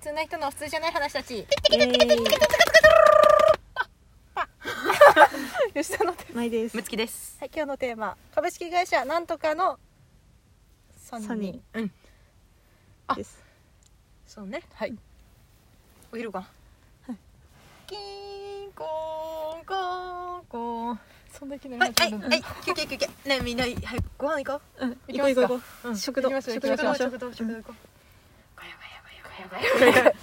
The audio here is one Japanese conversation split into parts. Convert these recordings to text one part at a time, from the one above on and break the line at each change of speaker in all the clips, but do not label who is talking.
通な人の普通じゃない話たち吉田のテーマ、
ないです
むつきです
はい、今日のテーマ株式会社なんとかのソ
ソニ
うん
ーです
そうねはいお昼かなキーンコーンコーンコーン
そんだけの
はいはいはい休憩休憩ねえみんなはいご飯行こ
うん
行
行こう
きますか
行こう行こ
う、う
う食
行
堂
きましょう
食
食
堂
堂
行きましょう
食堂食堂行こうガヤガヤガヤガヤガヤ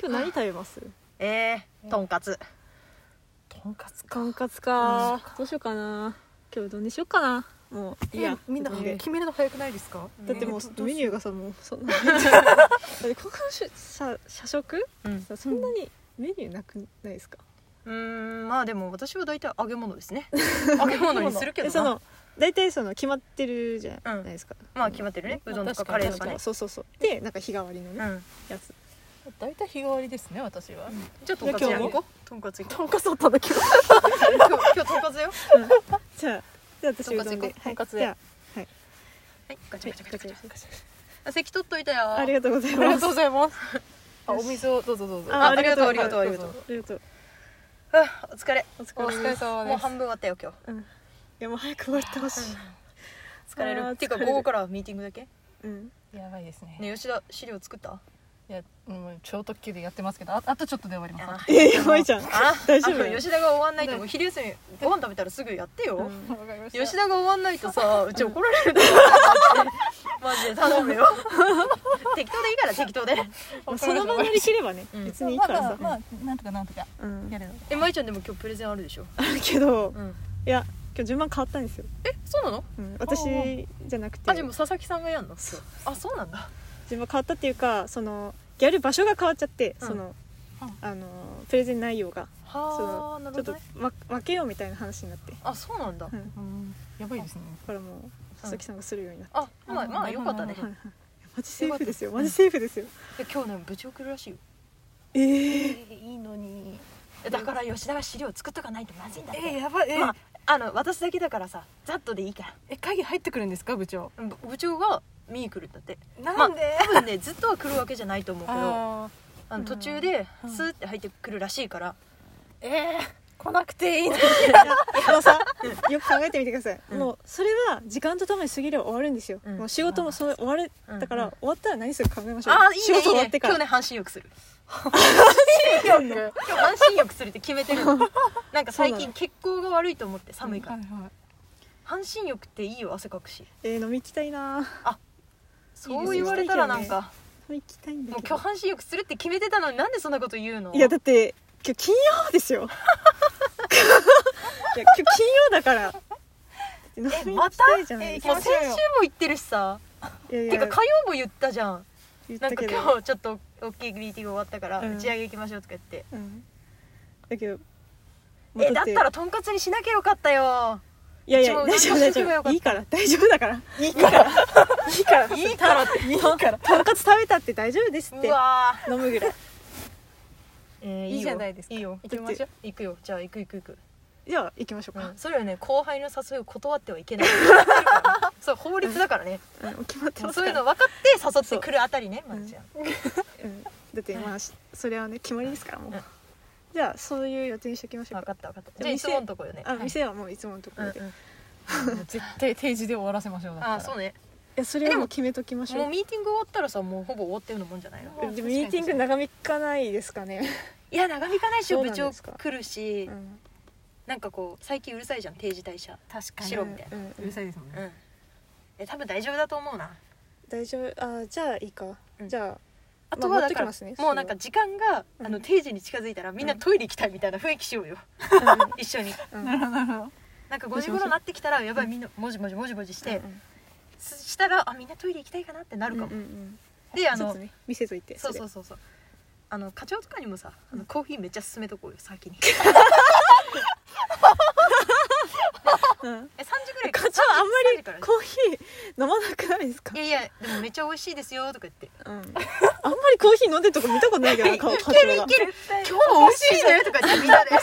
今日何食べます
えー、とんかつ
とんかつ
とんかつかどうしようかな今日うどんにしようかなもういいや
みんな
うどで
決めるの早くないですか
だっても
えー
う
ど
メ
し
ニューがさもうそんなだってここのし社社食
うん
さそんなにメニューなくないですか
うーんまあでも私は大体揚げ物ですね揚げ物にするけ
え
ど
そ
な
の大体その決まってるじゃないですか
まあ決まってるねうどんとかカレーとかね
そうそうそうでなんか日替わりの
う
ね
ん
やつ
大体日替わりですね私は、
じゃあとんかつ
じゃあ
や行
今日
こ
も
うとんかつ行こ
とんかつを食べきます
う今日今日とんかつよ
じゃあじゃあ私うどんで
とんかつ
はいじゃ
はいガチャガチャガチャガチ
はい
ャ席取っといたよ
あありがとうござい
あり
ま
が
す
とうございます あお水をどうぞどうぞ
あ
ありがとうありがとうありがとう
ありがとう
あお疲れ
お
お
疲れ
疲れ
です
様
もう
です
半分終わったよ今日
うんいやもう早く終わってほしい
疲れる
あー
っていうか
疲れ
午
る
後からはミーティングだけ
うん
やばいですね
ね吉田資料作った
いやもう超特急でやってますけどああとちょっとで終わります
えやばいじゃん
あ
大丈夫
あと吉田が終わんないともう昼休みご飯食べたらすぐやってよ、
うん
わかりました
吉田が終わんないとさうち怒られるんだよ マジで頼 むよ適当でいいから適当で
まあその場乗り切ればね
うん
別にいいから
まあ
さ
まあまあなんとかなんとか
うん
やるの
えまいちゃんでも今日プレゼンあるでしょ
あるけど
うん
いや今日順番変わったんですよ
えそうなの
うん私じゃなくて
あでも佐々木さんがやんの
そう
あそうなんだ
順番変わったっていうかそのやる場所が変わっちゃって
うん
その
うん
あのプレゼン内容がそ
はあな
の
る
ちょ
ほ
っ
ど
と
ね
わ分けようみたいな話になって
あそうなんだ
うんだ
うんやばいですね
からもう佐々木さんがするようになって
あまあまあよかったね
うん
はいはいマジセーフですよマジセーフですよ
え今日ね部長来るらしいよ
ええ
いいのに
えだから吉田が資料作っとかないとまずいんだって
えやばいえ
まああの私だけだからさざっとでいいか
え会議入ってくるんですか部長
ら部部長が見に来るんだって
なんで
多分ねずっとは来るわけじゃないと思うけどあ
あ
の途中で
うん
スーって入ってくるらしいから、
ーえー来なくていいの
あのさよく考えてみてください、
うん
もうそれは時間とともに過ぎれば終わるんですよ、
うん
もう仕事もそれ終わる
うん
だから終わったら何するか考えましょう、
ああいい
仕
ね
事
いい
終わっ
ね
てか
今日ね
ら
半身浴する今日半身浴するって決めて るのなんか最
そうな
近
の
血行が悪いと思って寒いから、
はいはい
半身浴っていいよ汗かくし
えー飲み行きたいな
そう言われたらなんか
飲み行きたいんだ
もう
けど
今日半身浴するって決めてたのになんでそんなこと言うの
いやだって今日金曜です よいや今日金曜だから飲み
え
行
ま
き
た
たいじゃない
え
です
も
か
う先週も言ってるしさ
いやい
てか
や
火曜も言ったじゃん
言っ
な
た
んか
けど
今日ちょっと大きいミーティング終わったから
うん
打ち上げ行きましょうとか言って、
うんだけど
えだったらとんかつにしなきゃよかったよ
いやいや
うちも
大丈夫
なん
大
かしてもよかった
丈夫いいから大丈夫だからいいからいいから
いいからって
いいからとんかつ食べたって大丈夫ですって
うわ
飲むぐらい
ー、えー
いいじゃないですか
いいよ行きましょう行くよじゃあ行く行く行く、
じゃあ行きましょう
う
か
ん、それはね後輩の誘いを断ってはいけ ないそう法律だからね、
うん決まってます
そ
か
ういう
ら
の分かって誘ってくるあたりねまるちゃん、
うんだってまあしそれはね決まりですからもう
うん
じゃあそういう予定にしておきましょう
分
か
かった分かったじ
じゃ
ゃ
あ
あいつものとこよね
あ
はい
店はもういつものとこ
うんう
ろ
ん
でい
絶対定時で終わらせましょうだったら
あそうね
やそれはもう決めときまし
も
ょ
う
う
ミーティング終わったらさもうほぼ終わってるのもんじゃないの
もう
でもミーティング長引かないですかね
いや長引かないし
そう
部
なん
長
ですか
来るし、
うん
なんかこう最近うるさいじゃん定時退社
確か
に
に
白みたいな
うん
うるさいですもん
う
ね
んえ多分大丈夫だと思うな
大丈夫あじゃあいいか
うん
じゃ
あと
ま
は
あ
だから、
持ってきますね
もうなんか時間が、
うん
あの定時に近づいたらみんなトイレ行きたいみたいな雰囲気しようよ、
あうんうん
一緒に
うん
なるほどなるほ
なんか5時頃なってきたらやばいみんなもじもじもじもじして、
うん
そしたらあみんなトイレ行きたいかなってなるかも、
うんうんうん
であ
ちょっ
の
とね見せといて
そうそううそうそうあの課長とかにもさあのコーヒーめっちゃ勧めとこうよ先 にえ3時ぐらい
課長あんま
3時
り
からね
コーヒー飲まなくないですか
いやいやでもめっちゃ美味しいですよとか言って
うん、あんまりコーヒー飲んでるとこ見たことないけど顔課長が
いける今日も美味しいねとか言ってみんなで
ど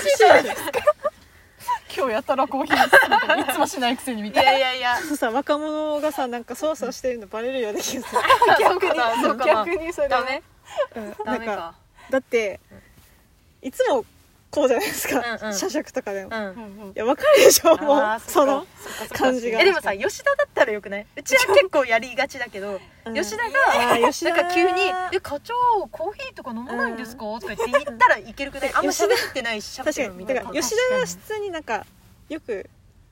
今日やったらコーヒー好きでいつもしないくせにみ
い
たいな
やいやいや
そうさ若者がさなんか操作してるのバレるような気がする
そうかなそうかな
逆にそれ
ダメ
うんな
ダ
ん
メ
か
か
だっていつもこうじゃないですか、
うんうん
社食とかでも、
う
い
うんんうん
やわかるでしょも
あー
う
そっか
その
そっかそっか
感じが
えでもさ吉田だったらよくないうちは結構やりがちだけど
うん
吉田
あ
が
ー吉田
なんか急に「え課長コーヒーとか飲まないんですか?」とか言って言ったらいけるくないあんま喋ってないし喋っ
確
て
か
るの
に
見
だ
た
から吉田が普通になんかよく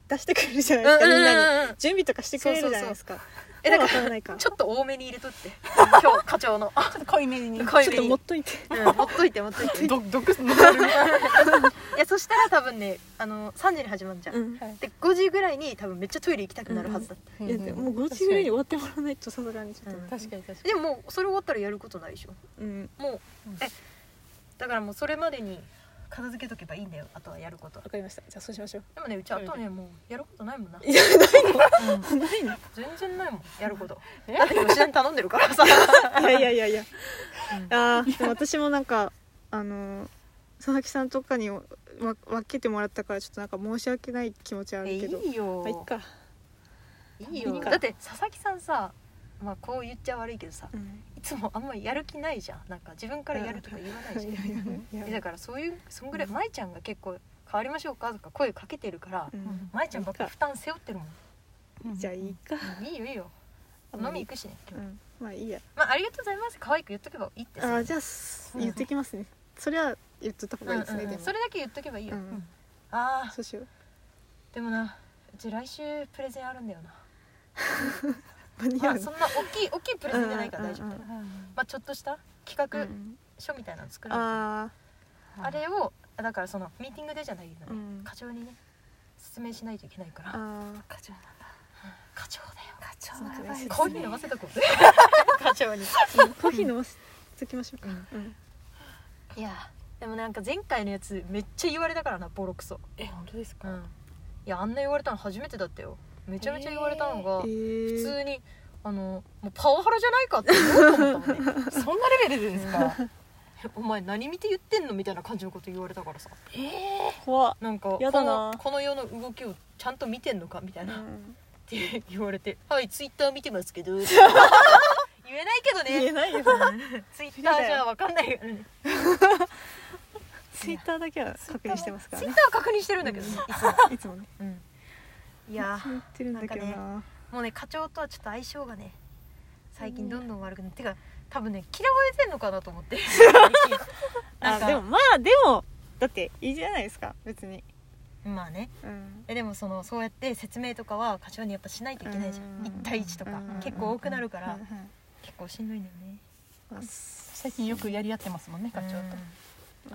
出してくれるじゃない
うん
ですか、
うん
みんなに
うんうん
準備とかしてくれるじゃないですか
えだか
もわかららないか
ちょっと多めに入れとって今日課長
ち
の
ょっと濃いめに
濃い
ちょっ
め
と
に
持っといて
うん持っといて持っといてい
ど毒の
やそしたら多分ねあの3時に始まるじゃん、
うん
で5時ぐらいに多分めっちゃトイレ行きたくなるはずだった、
いやでももう5時ぐらいに終わってもらわないとさすがにちょっと、
うん
確かに確か
でももうそれ終わったらやることないでしょ
うん、
もう、
うん
えだからもうそれまでに片付けとけばいいんだよあとはやることは
わかりましたじゃあそうしましょう
でもねうちあとねもうやることないもんな、
いや
うん
ないの
全然ないもんやる こと
え
だって吉田に頼んでるからさ
いやいやいやいや
うん
あーでも私もなんかあのー佐々木さんとかにわ分けてもらったからちょっとなんか申し訳ない気持ちはあ
え
るけど
いいよ
まあいっか、
いいよ
いいか
だって佐々木さんさまあこう言っちゃ悪いけどさ
うん、
いつもあんまりやる気ないじゃんなんか自分からやるとか言わないじゃん
いやいやい
え
や
だからそういうそんぐらい舞ちゃんが結構「変わりましょうか?」とか声かけてるから
うん
舞ちゃんばっかり負担背負ってるもん
に
じゃあいいか
いいよいいよ飲み行くしね
うんまあいいや
まあありがとうございます可愛く言っとけばいいって
あ
さ
ーじゃあす言ってきますねそれは言っとった方がいいですね
うんうん
で
うん
も
それだけ言っとけばいいよ
う
うん
ん
あー
そうしよう
でもなうち来週プレゼンあるんだよな
間に
ま
合
あ
う
そ
の
んな大きい 大きいプレゼンじゃないから
うん
大
うん
丈夫だよ
うん
まあちょっとした企
う
画
ん
書みたいなの作るあ
あ
あれをだからそのミーティングでじゃないの
ーう
ね
ん
課長にね説明しないといけないから
あ
課長なんだ
課長だよ
課長
はやばいですね
コーヒー飲ませとこう課長に
ーうんコーヒー飲ませときましょうかうん
いやでもなんか前回のやつめっちゃ言われたからなボロクソ
え本当です
う
か、
んいやあんな言われたの初めてだったよめちゃめちゃ言われたのが、
え
普
ー
通にあのもうパワハラじゃないかって思うと思ったもんね
そんなレベルでですか
え お前何見て言ってんのみたいな感じのこと言われたからさ
ええ
怖っ
なんか
や
こ
だな
のこの世の動きをちゃんと見てんのかみたいな、っ
うん
て言われて「はいツイッター見てますけど」言えないけど
言え
ね
ないよ
ツイッターじゃ分かんないよね
ツイッターだけは確認してますから
ツイッ
ね
ターは確認してるんだけどね、いつも
いつもね
うんいや
言ってるんだけど
なん
な
もうね課長とはちょっと相性がね最近どんどん悪くなってか多分ね嫌われてんのかなと思って 最近なん
あ
か
でもまあでもだっていいじゃないですか別に
まあね
うん
えでもそのそうやって説明とかは課長にやっぱしないといけないじゃ
うんん
1対1とか
うん
結構多くなるか
はいは
ら
い
結構しんどいんだよね
まあ
最近よくやり合ってますもんね課長と、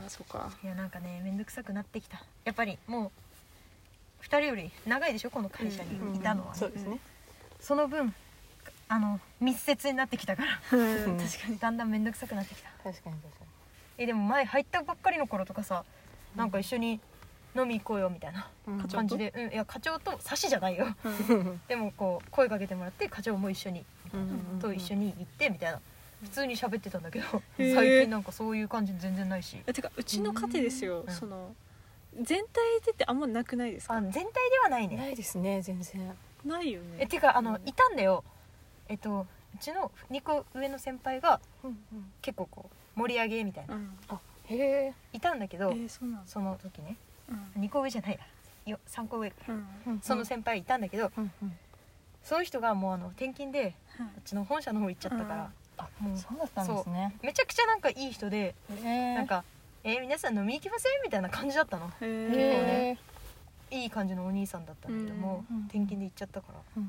まあそうか
いやなんかね面倒くさくなってきたやっぱりもう2人より長いでしょこの会社
う
に
ん
いたのはね
そうですね
その分あの密接になってきたから
うん確か
だんだん面倒くさくなってきた
確かに確かに
えでも前入ったばっかりの頃とかさなんか一緒に飲み行こうよみたいな
課長
感じで、うん、いや課長とサシじゃないよでもこう声かけてもらって課長も一緒にと一緒
に
に行ってみたいな普通に喋ってたんだけど
へ
最
ー
近なんかそういう感じ全然ないし
にてかうちの家庭ですよ
うん
その全体でってあんまなくないです
あ
か
全体ではないね
ないですね全然
ないよ
え
ね
てかあのいたんだよえっとうちの2個上の先輩が結構こう盛り上げみたいな
うん
あへえ
いたんだけ
え
ど
ーそうなんだ
その時ね
うん
2個上じゃないやよ3個上
うん
その先輩いたんだけど
うんうん
その人がもうあの転勤で
は
うちの本社の方行っちゃったから、
あ
もう
そうだったんですね
めちゃくちゃなんかいい人で、
え
なんか「えー皆さん飲み行きません?」みたいな感じだったの
いへ
構ね
え
へえ
いい感じのお兄さんだったんだけども、
うん
転勤で行っちゃったから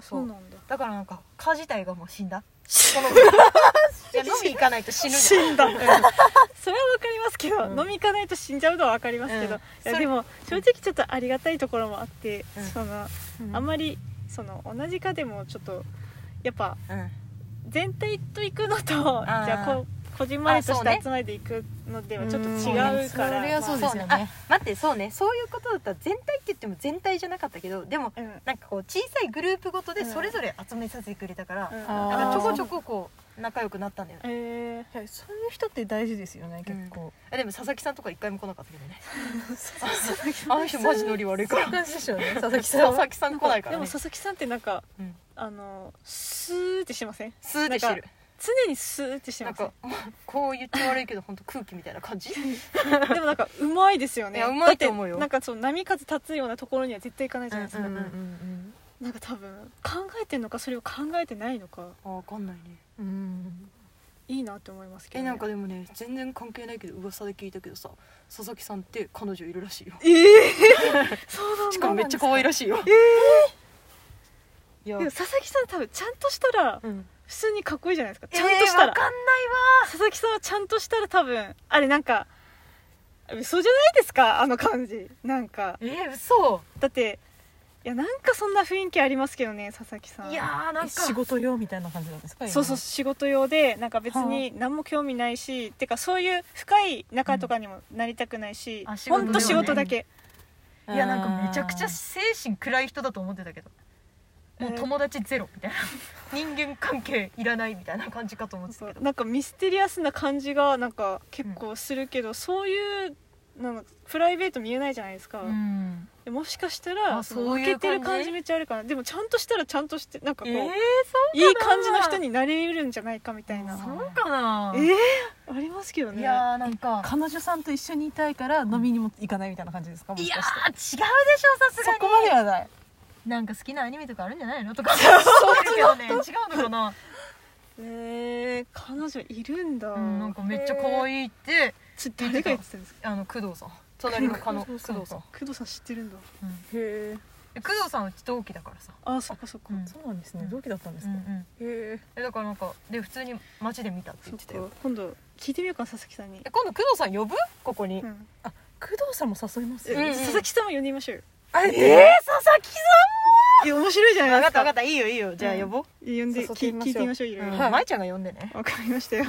そうなんだ
だからなんか蚊自体がもう死んだそのいや飲み行 かないと死ぬじゃん
死んだ それはわかりますけど、
うん
飲み行かないと死んじゃうのはわかりますけど、
うん
い
そ
や
れ
でも正直ちょっとありがたいところもあって、
うん
その
うん
あんまりその同じ科でもちょっとやっぱ
うん
全体と行くのとじ
ー
ゃあここじんまりと
あそう
し
ね
て集まりで行くのでは
うん
ちょっと違うか
それ
ら
はそうですよ
まあ
ね
待ってそうねそういうことだったら全体って言っても全体じゃなかったけどでも
うん
なんかこう小さいグループごとでそれぞれ集めさせてくれたから、
うん
あー
なんかちょこちょここう仲良くなったんだよね
えー
いやそういう人って大事ですよね
うん
結構
えでも佐々木さんとか一回も来なかったけどねあの人マジノリ悪いから
感じでしょう ね佐々木
佐々木さん来ないか
で
ら
も
ね
佐々木さんってなんか
うん
あのスーってしてません
スーってしてる
なん常にスーってして
なん
ます
かこう言って悪いけど本当空気みたいな感じ
でもなんかうまいですよね
いやうまいと思うよ
だってなんかその波風立つようなところには絶対行かないじゃないですか、
うんうんうん
なんか多分考えてんのかそれを考えてないのか
うんあ分かんないねうん
いいなって思いますけど
え
ね、
なんかでもね全然関係ないけど噂で聞いたけどさ佐々木さんって彼女いるらしいよ
えー、
そうなんだ
しかもめっちゃ可愛いらしいよええい
でも
や
佐々木さん多分ちゃんとしたら
うん
普通にかっこいいじゃないですかちゃんとしたら、
えーわかんないわ
佐々木さんはちゃんとしたら多分あれなんか嘘じゃないですかあの感じなんか
えー、嘘
だっていやなんかそんな雰囲気ありますけどね佐々木さん
いやーなんか
え仕事用みたいな感じなんですか
そうそう仕事用でなんか別に何も興味ないし、てかそういう深い仲とかにもなりたくないし、
うんあ仕
ほ
事
んと仕事だけ、
今
いやなんかめちゃくちゃ精神暗い人だと思ってたけどもう友達ゼロみたいな 人間関係いらないみたいな感じかと思ってたけど
なんかミステリアスな感じがなんか結構するけど、そういうなんかプライベート見えないじゃないですか、
ん
でもしかしたら
あ
その
そう
分
いう感じ
けてる感じめっちゃあるかなでもちゃんとしたらちゃんとしてなんかこう、
えー、
いい感じの人になれるんじゃないかみたいな
う
そ
ん
そうかな
えー、ありますけどね
いやーなんか
彼女さんと一緒にいたいから飲みにも行かないみたいな感じですかも
い
し
やー
かし
違うでしょさ
て
す
そ
がに
こまではない
なんか好きなアニメとかあるんじゃないのとか そうけどね違うのかな、
ねえ彼女いるんだ、
うん、なんかめっちゃ可愛いって
つ誰が言ってたんですか
あの工藤さん隣のかの
工
工
藤
藤
さ
さ
ん
ん、
工藤さん知ってるんだ
うん
へえ
え工藤さんは同期だからさ、
あそっかそっか、
うん
そうなんですね
うん
同期だったんです
うん
か
うん、
へえ
えだからなんかで普通に街で見たって言
そ
っ
って
たよ
か今度聞いてみようかな佐々木さんに
え、今度工藤さん呼ぶここに、
うん
工藤さんも誘います
え
よ
うんうん
佐々木さんも呼んでみましょうよ
あれ
えー、佐々木さ
いや面白いじゃ
ん
ない
分
で
かった
すか
分かったいいよいいよじゃあ呼ぼう、
呼んで
誘って
き
みましょう
聞いてみましょういろいろ
うん
はい
まいちゃんが呼んでね
わかりましたよ